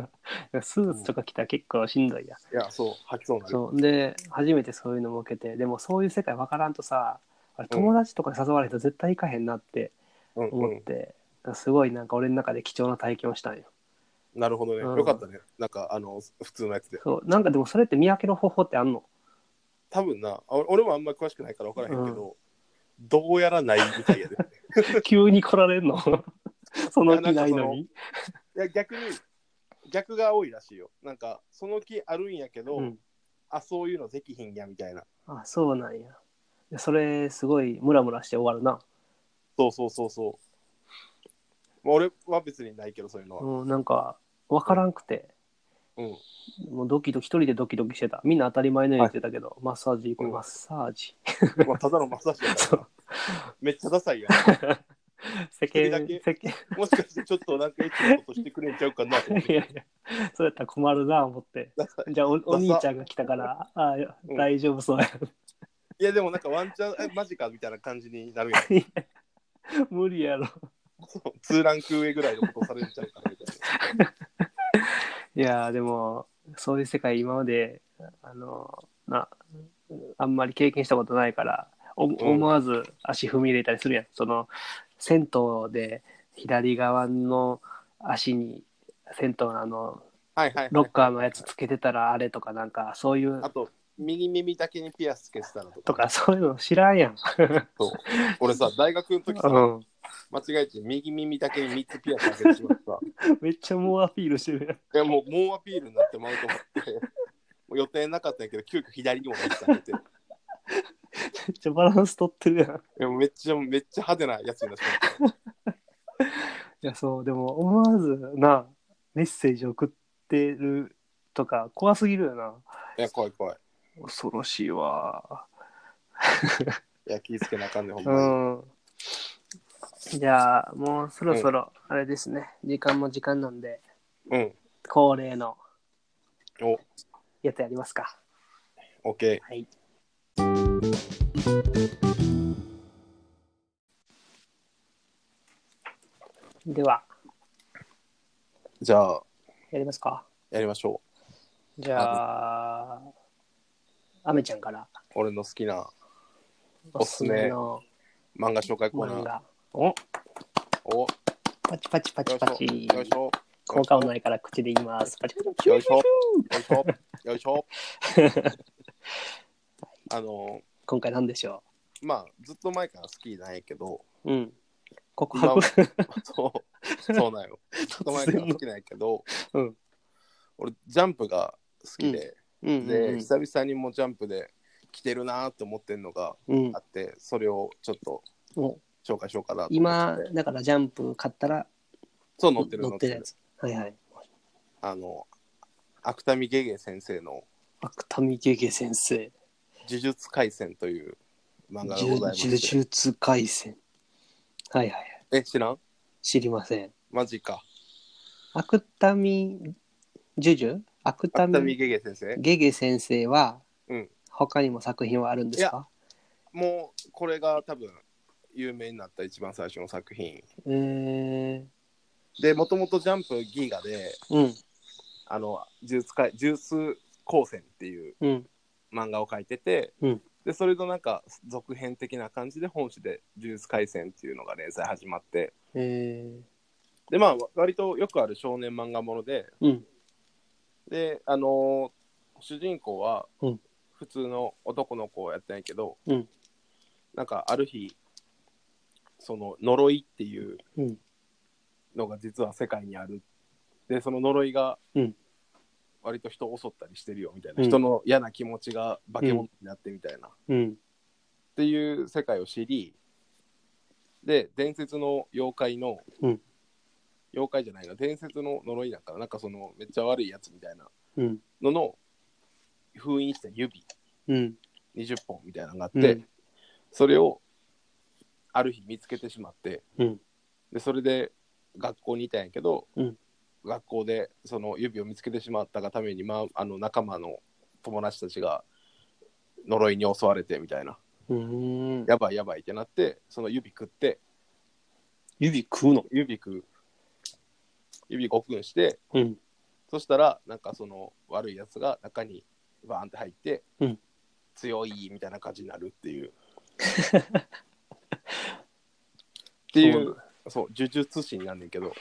なスーツとか着たら結構しんどいや、
やそう吐きそうになる
そうで初めてそういうのも受けてでもそういう世界分からんとさあれ
うん
友達とかに誘われたら絶対行かへんなって
うんう
思っ
ん
て、すごいなんか俺の中で貴重な体験をしたんよ
なるほどね
うん
よかったねなんかあの普通のやつで
そうなんかでもそれって見分けの方法ってあん の
多分なあ俺もあんまり詳しくないから分からへんけどどうやらないみたいやで
急に来られん のその気ない
いやなんかそ
の
の
に
いや逆に逆が多いらしいよなんかその気あるんやけど、
うん
あそういうのできひんやみたいな
あそうなんやでそれすごいムラムラして終わるな
そうそうそうそうまあ俺は別にないけどそういうのは、
うん、なんか分からんくて、
うん
もうドキドキ一人でドキドキしてたみんな当たり前のように言ってたけど、マッサージ行こう、
うん
マッサージ
まあ、ただのマッサージやか
そ
ら
う
めっちゃダサいや
世
人だ
間
け
世間
んもしかしてちょっとなんかエッチなことしてくれんちゃうかなと思 っ
い
て
やいやそうやったら困るな思って
ダサい
じゃあおお兄ちゃんが来たからあ
うん
大丈夫そうや、
いやでもなんかワンチャンえマジかみたいな感じになるやん
無理やろ
そう2ランク上ぐらいのことされちゃうからみたい
いやーでもそういう世界今まであのなあんまり経験したことないからお思わず足踏み入れたりするやん、その銭湯で左側の足に銭湯のあの
なはいはい、はい、
ロッカーのやつつけてたらあれとかなんかそういう
あと右耳だけにピアスつけてたらとか
とかそういうの知らんやん。
そう俺さ大学の 時
う
さ
ん、
間違えて右耳だけに3つピアス開けてしまった。
めっちゃ猛アピールしてる
いやもう猛アピールになってまうと思って、もう予定なかったんやけど、急遽左にもめっちゃ開けて、い
やん。めっちゃバランス取ってるやん。
やもうめっちゃめっちゃ派手なやつになってまった。
いやそうでも思わずなメッセージ送ってるとか怖すぎるよない
や、怖い怖い。
恐ろしいわ
いや、気ぃつけなあかんね、ほん
う
まに。
んじゃあもうそろそろあれですね、時間も時間なんで
うん。
恒例の
お、
やつやりますか
オッケ
はいでは
ー。じゃあ、
やりますか
やりましょ
じゃあアメちゃんから
う。俺の好きな
おすすめの
漫画紹介コーナ
漫
ー。
画お
お、よ
パチパチパチパ
い
チ
しょ。よいしょ。
効果音ないから口で言います。パチパチパチ
よいしょ。よ いしょ。よいしょ。あの、
今回なんでしょ
まあ、ずっと前から好きなんやけど、
ううん。告
今
白
もそう、そうなんよ。ずっと前から好きなんやけど、
うん
俺、ジャンプが好きで、
うんうん
で、久々にもうジャンプで来てるなーって思ってるのが
うん
あって、それをちょっと
お
紹介しようかなと思
今
ってて、
だからジャンプ買ったら
そう、
乗
載っ
ってて
る
る
載って
や
る。
つ。はいはい。
あの、芥見ゲゲ先生の
芥見ゲゲ先生。
呪術廻戦という漫画
呪
がございま
呪
して。
術廻戦。はいはいはい。
え、知らん
知りません。
マジか。
芥見ジュジュ芥
芥見
見
ゲゲ先生
ゲゲ先生は
うん
他にも作品はあるんですか
もう、これが多分、有名になった一番最初の作品。
えー、
で、もともとジャンプギガで、
うん
あの、呪術廻、呪術高専っていう
うん
漫画を描いてて、
うん
でそれのなんか続編的な感じで本誌で「呪術廻戦」っていうのが連載始まって
え
でまあわ割とよくある少年漫画もので
ー、うん
であのー主人公は
うん
普通の男の子をやってないけど、
うん
なんかある日その呪いっていう
うん
のが実は世界にあるでその呪いが
うん
割と人を襲ったりしてるよみたいな、
うん
人の嫌な気持ちが化け物になってみたいな、っ
うん。
ていう世界を知りで伝説の妖怪の、
うん
妖怪じゃないな伝説の呪いなんかななんかそのめっちゃ悪いやつみたいな
うん。
のの封印した指
うん。
20本みたいなのがあって、
うん
それをある日見つけてしまって
うん。
でそれで学校にいたんやけど、
うん
学校でその指を見つけてしまったがために、まあ、あの仲間の友達たちが呪いに襲われてみたいな
うん。
やばいやばいってなってその指食って
指食うの。
指食う指ごっくんして
うん。
そしたらなんかその悪いやつが中にバーンって入って、
うん
強いみたいな感じになるっ ていうってい
そう
うそう呪術師になんねんけど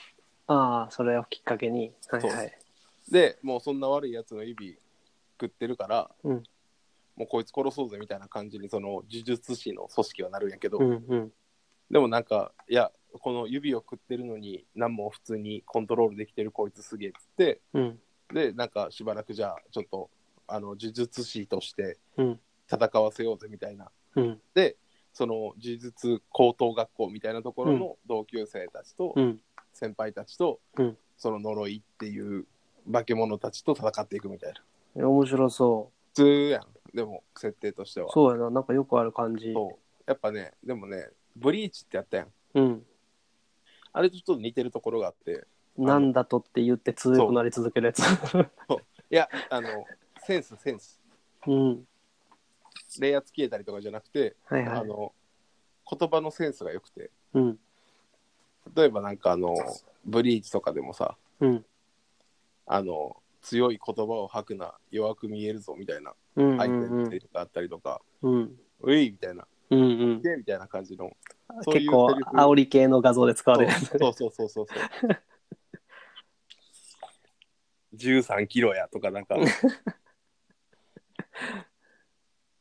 ああ、それをきっかけに。はいはい。
でもうそんな悪いやつの指食ってるから、
うん
もうこいつ殺そうぜみたいな感じにその呪術師の組織はなるんやけど、
うんうん。
でもなんかいやこの指を食ってるのに何も普通にコントロールできてるこいつすげえっつって
うん。
でなんかしばらくじゃあちょっとあの呪術師として
うん。
戦わせようぜみたいな
うん。
でその呪術高等学校みたいなところの同級生たちと
うん。
先輩たちと、
うん
その呪いっていう化け物たちと戦っていくみたいな。
面白そ
普通やんでも設定として
う
は。
そうやな。なんかよくある感じ。
そうやっぱねでもねブリーチってやったやん
うん。
あれとちょっと似てるところがあって
なんだとって言って強くなり続けるやつ。
いやあのセンスセンス
うん。
レイヤー消えたりとかじゃなくて、
はいは
あ
い。
の言葉のセンスが良くて
うん。
例えばなんかあのブリーチとかでもさ
うん。
あの強い言葉を吐くな弱く見えるぞみたいな
うん。
相手
う
の
ん
手。とかあったりとか
うん。
「うい!」みたいな
うん
「で」みたいな感じの
結
そういう
構
セリフ
煽り系の画像で使われるやつ。
そうそうそ うそうそう。13キロやとかなんか。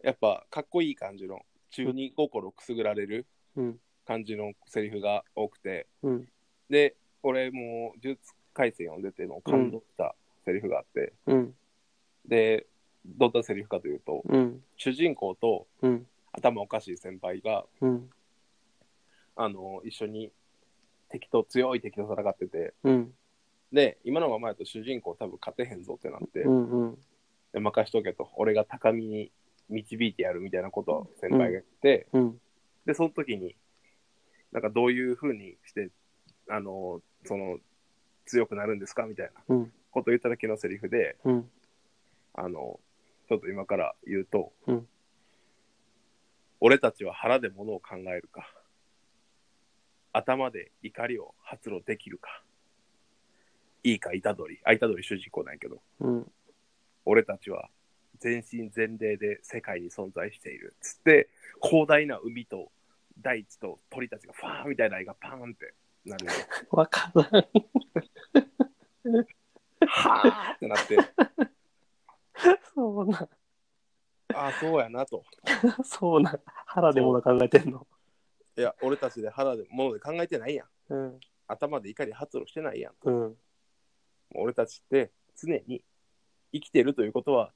やっぱかっこいい感じの中二心くすぐられる
うん。
感じのセリフが多くて
うん。
で俺もう呪術廻戦読んでても感動したセリフがあって、
うん。
でどんなセリフかというと
うん。
主人公と
うん。
頭おかしい先輩が
うん。
あの一緒に敵と強い敵と戦ってて
うん。
で、今のままやと主人公多分勝てへんぞってなって、
うん。うん。
で任しとけと、俺が高みに導いてやるみたいなことを先輩が言って、
うん。
で、その時に、なんかどういうふうにして、あの、その、強くなるんですかみたいな
うん。
ことを言った時のセリフで、
うん。
あの、ちょっと今から言うと、
うん
俺たちは腹で物を考えるか、頭で怒りを発露できるか、いいか、虎杖、あ、虎杖主人公なんやけど、
うん。
俺たちは全身全霊で世界に存在している。つって、広大な海と大地と鳥たちがファーンみたいな絵がパーンってな るの。
わからない。
はーってなって、
そうな。
ああ、そうやなと。
そうな。腹でもの考えてんの。
いや、俺たちで腹で物で考えてないやん。
うん。
頭で怒り発露してないやん。
うん。
もう俺たちって常に生きてるということは、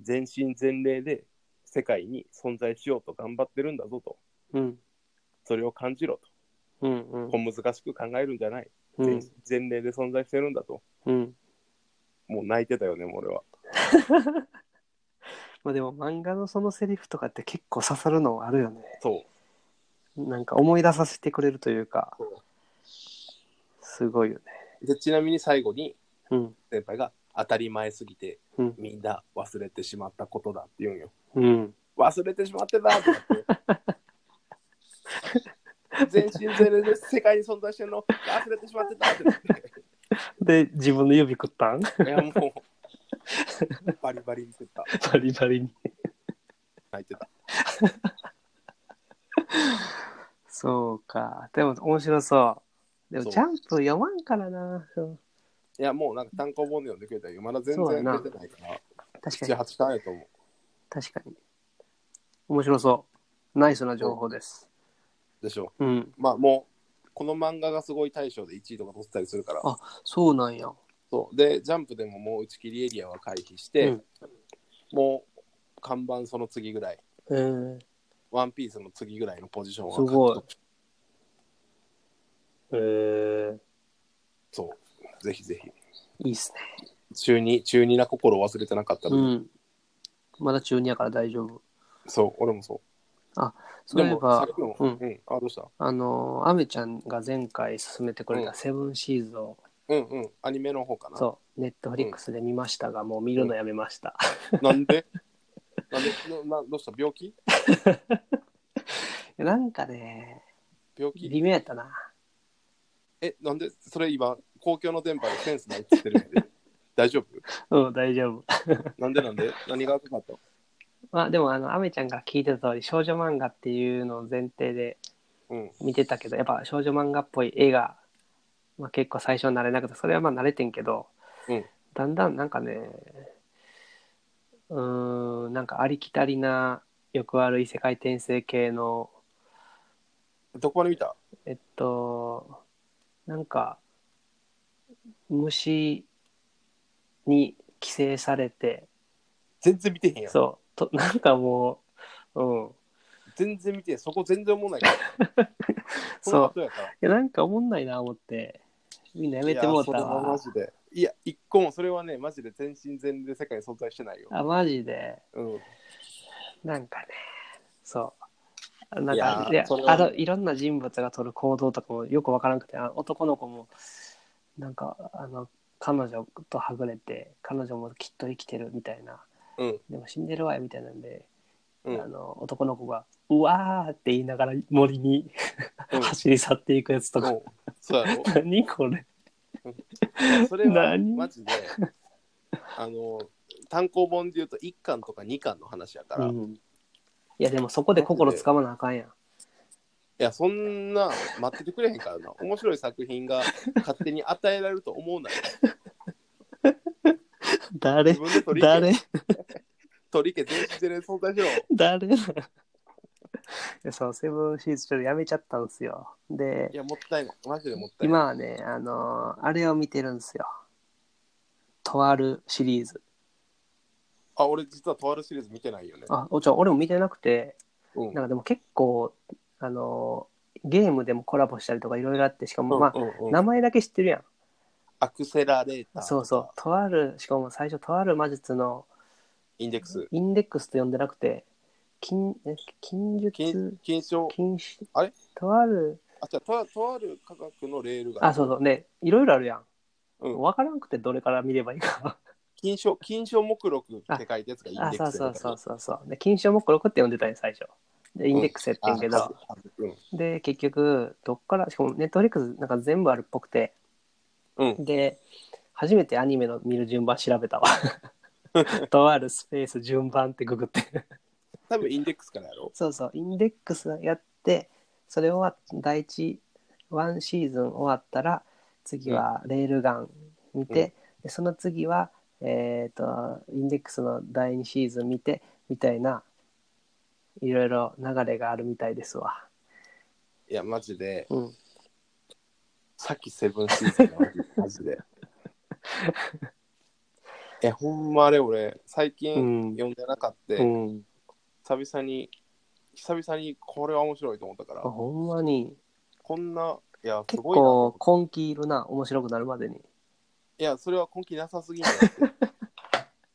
全身全霊で世界に存在しようと頑張ってるんだぞと。
うん。
それを感じろ
うん。うん
と。小。難しく考えるんじゃない。全身全霊で存在してるんだと。
うん。
もう泣いてたよね、もう俺は。
まあでも漫画のそのセリフとかって結構刺さるのあるよね。
そ
なんか思い出させてくれるというか
そう。
すごいよね。
う。で、ちなみに最後に、
うん。
先輩が当たり前すぎて、
うん。
みんな忘れてしまったことだって言うんよ。
うん。
忘れてしまってたってなって。全身全霊で世界に存在してるの忘れてしまってたってなっ
で、自分の指食ったん
て。いや、もう、バリバリに食った。
バリバリに。
泣いてた。
そうか。でも面白そう。で
そ
も
う
ジャンプ読まんからな。うん
いや、もうなんか単行本で読んでくれたよ。まだ全
そうや
然
な
出てないから、
確か
7、
に。
8単やと思う。
確かに。面白そう。ナイスな情報です。
でしょ。
うん。
まあ、もう、この漫画がすごい大賞で1位とか取ってたりするから、
あそうなんや。
そうでジャンプでももう打ち切りエリアは回避して、
うん
もう看板その次ぐらい
えー、
ワンピースの次ぐらいのポジションは
すごいえー、
そうぜひぜ
い
ひ
いっすね。
中二中二な心を忘れてなかったの
う
で、
ん。まだ中2やから大丈夫。
そう俺もそう
そういえ
でもさ
ば
っ、きの、
う
うんんあどうした
あの、アメちゃんが前回勧めてくれ
う
た
ん
セブンシーズを、
うんうんアニメの方かな
そう、ネットフリックスで見ましたが、もう見るのやめました。
なんでなんでななどうした病気
なんかね、
病気
微妙やったな。
えなんでそれ今公共の電波でセンスないって言ってる んで大丈夫
うん、大丈夫。
なんでなんで何が悪かった
まあでも、あの、アメちゃんが聞いてた通り、少女漫画っていうのを前提で
うん
見てたけど、やっぱ少女漫画っぽい絵が、まあ、結構最初慣れなくて、それはまあ慣れてんけど、
うん
だんだんなんかね、うーん、なんかありきたりな、よくある異世界転生系の、
どこまで見た
えっと、なんか、虫に寄生されて、
全然見てへんやん
そう、となんかもう、うん、
全然見てへんそこ全然思わないから
そう
その後やから
いやなんかおもんないな思ってみんなやめてもうた
いやそれは
わ
マジでいや一個もそれはねマジで全身全霊世界に存在してないよ、
あマジで
うん、
なんかねそうなん
いや
か
ー
いや
それは
あのいろんな人物が取る行動とかもよくわからなくてあ男の子もなんかあの彼女とはぐれて彼女もきっと生きてるみたいな
うん
でも死んでるわよみたいなんで、
うん
あの男の子が「うわ!」って言いながら森に
うん
走り去っていくやつとか、
もうそうやろ
何これ
それは
何
マジであの単行本でいうと1巻とか2巻の話やから、
う
い
ん、いやでもそこで心つかまなあかんやん
やそんな待っててくれへんからな面白い作品が勝手に与えられると思 うなよ
誰
自分で取り
誰
消取り消全身全霊存在しろ
誰なんいやそうセブンシーズちょっとやめちゃったんですよ
い
で
やもったいないマジでもったいない
今はねあのーあれを見てるんですよとあるシリーズ
あ俺実はとあるシリーズ見てないよね
あおちょ俺も見てなくて
うん
なんかでも結構あのーゲームでもコラボしたりとかいろいろあってしかもまあ、
うんうんうん
名前だけ知ってるやん
アクセラレーター
そうそうとあるしかも最初とある魔術の
インデックス
インデックスと呼んでなくて金え金術
金金賞
禁止
あれ
とある
あじゃあとあとある科学のレールが
あそうそうねいろいろあるやん、
うん
分からんくてどれから見ればいいか
金賞金賞目録って書いたやつがインデッ
あ
クス
そうそう
やから
そうそうそうで金賞目録って呼んでたんよ最初でインデックスやってんけ
あ
ど、
あうん
で結局どっからしかもネットフリックスなんか全部あるっぽくて
うん、
で初めてアニメの見る順番調べた わとあるスペース順番ってググって
多分インデックスからやろ。
そうそう、インデックスやって、それ終わっ第一、ワンシーズン終わったら、次はレールガン見て、
うん
でその次は、えっ、と、インデックスの第二シーズン見て、みたいな、いろいろ流れがあるみたいですわ。
いや、マジで、
うん。
さっきセブンシーズンがマジで。え、ほんまあれ、俺、最近
ん
読んでなかった、
うん。
久々に、久々にこれは面白いと思ったから
あ、ほんまに、
こんな、いや、す
結
ごいなと思っ
構根気いるな、面白くなるまでに。
て。いや、それは根気なさすぎんだよって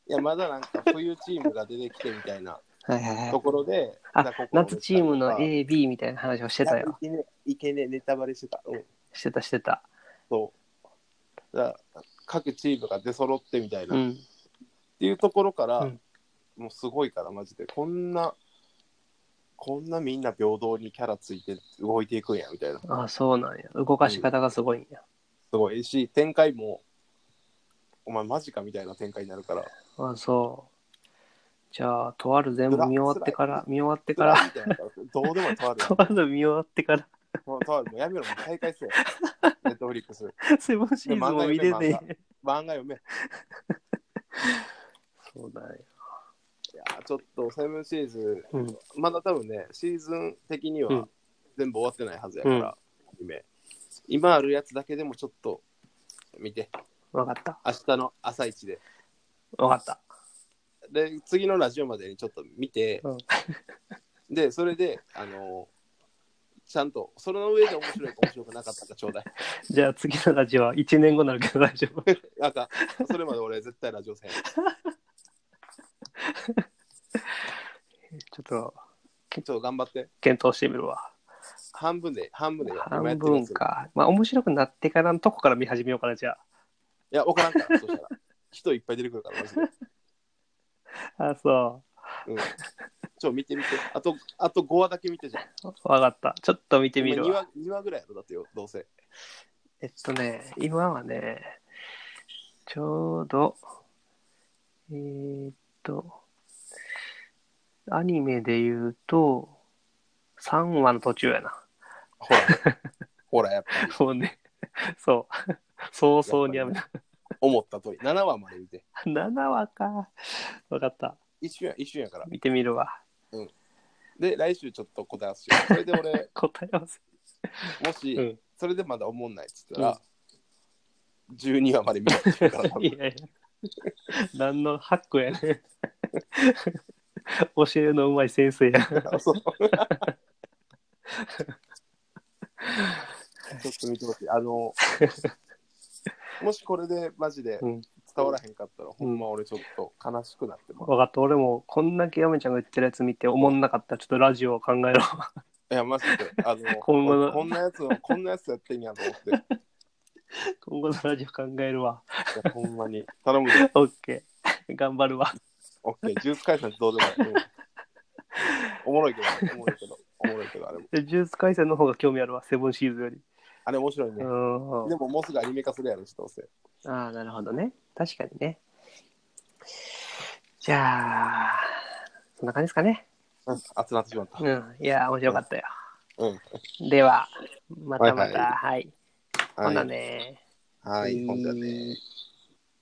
いや、まだなんか、冬チームが出てきてみたいな
はいはいは
と
い。
ころで、
あ、夏チームの
い
A、B みたいな話をしてた
やい
よ。
けねえ、いけねえ、ネタバレしてた。うん
してたしてた。
そう。だから各チームが出揃ってみたいな、
う
っ
ん。
ていうところから、
うん
もうすごいから、マジで。こんな、こんなみんな平等にキャラついて動いていくんや、みたいな。す
あ、そうなんや。動かし方がすごいんや。
ごいし、展開も、お前マジかみたいな展開になるから、
あ、そう。じゃあ、とある全部見終わってから、見終わってから、
みたいなどうでもとある
とある見終わってから、
もうとあるもうやめろ、もう再開せよ。ネットフリックス。
セブンシーズンも見れねえ。
漫画読め。い
そうだよ。
やーちょっと、セブンシーズ
うん。
ン、まだ多分ね、シーズン的に
う
は
ん
全部終わってないはずやから、アニメ今あるやつだけでもちょっと見て。
わかった。
明日の朝一で。
わかった。
で、次のラジオまでにちょっと見て、
うん
で、それで、あのちゃんと、その上で面白いか面白くなかったかちょうだい。
じゃあ次のラジオは1年後になるけど大丈夫。
なんか、それまで俺絶対ラジオせん。
ちょっと
ちょっと頑張って。
検討してみるわ。
半分で、半分でやる今や
半
ってるや
分
つ
か。まあ面白くなってからのとこから見始めようかな、じゃ
いや、わからんから、そしたら。人いっぱい出てくるから、マジで。
あ。あ、そ
うん。ちょ、見てみて。あと、あと5話だけ見てじゃん。
う。わかった。ちょっと見てみる
2
わ。
話、二話ぐらいやろ、だってよ、どうせ。
えっとね、今はね、ちょうど、えーっと、アニメで言うと、3話の途中やな。
ほら、ほら、やっぱり、
もうね、 そう。早々にやめた。
思った通り。7話まで見て。
7話か。わかった。
一瞬や、一瞬やから。
見てみるわ。
で、来週ちょっと答え合わせしよう。それで俺、
答え合わせ。
もし、
うん
それでまだ思んないっつったら、12話まで見ろって言うから、 多
い
分
やい や。何のハックやねん。 教えるのうまい先生や。
そうちょっと見てほしい。あの、もしこれでマジで
うん
伝わらへんかったら、ほんま俺ちょっと悲しくなってます。
分かった。俺もこんだけやめちゃんが言ってるやつ見て思んなかった。ちょっとラジオを考えろ。
いや、マジで、あの、
今後の
こんなやつを、こんなやつやってんやと思ってい
今後のラジオ考えるわ。
や、ほんまに。頼むで、
オッケー。頑張るわ。
オッケー、ジュース解散どうでもない。うんおもろいけど、おもろいけど、おもろいけど、あれも。
でジュース回線の方が興味あるわ。セブンシーズより。
あれ面白いね
う。ん
で。ももうすぐアニメ化するやろ、どうせ。
ああ、なるほどね。確かにね。じゃあ、そんな感じですかね。
うん、熱なってしまった。
うん。いや、面白かったよ。
うん。
では、またまた。
はい
はい。ほなね。
はい、ほんじゃね。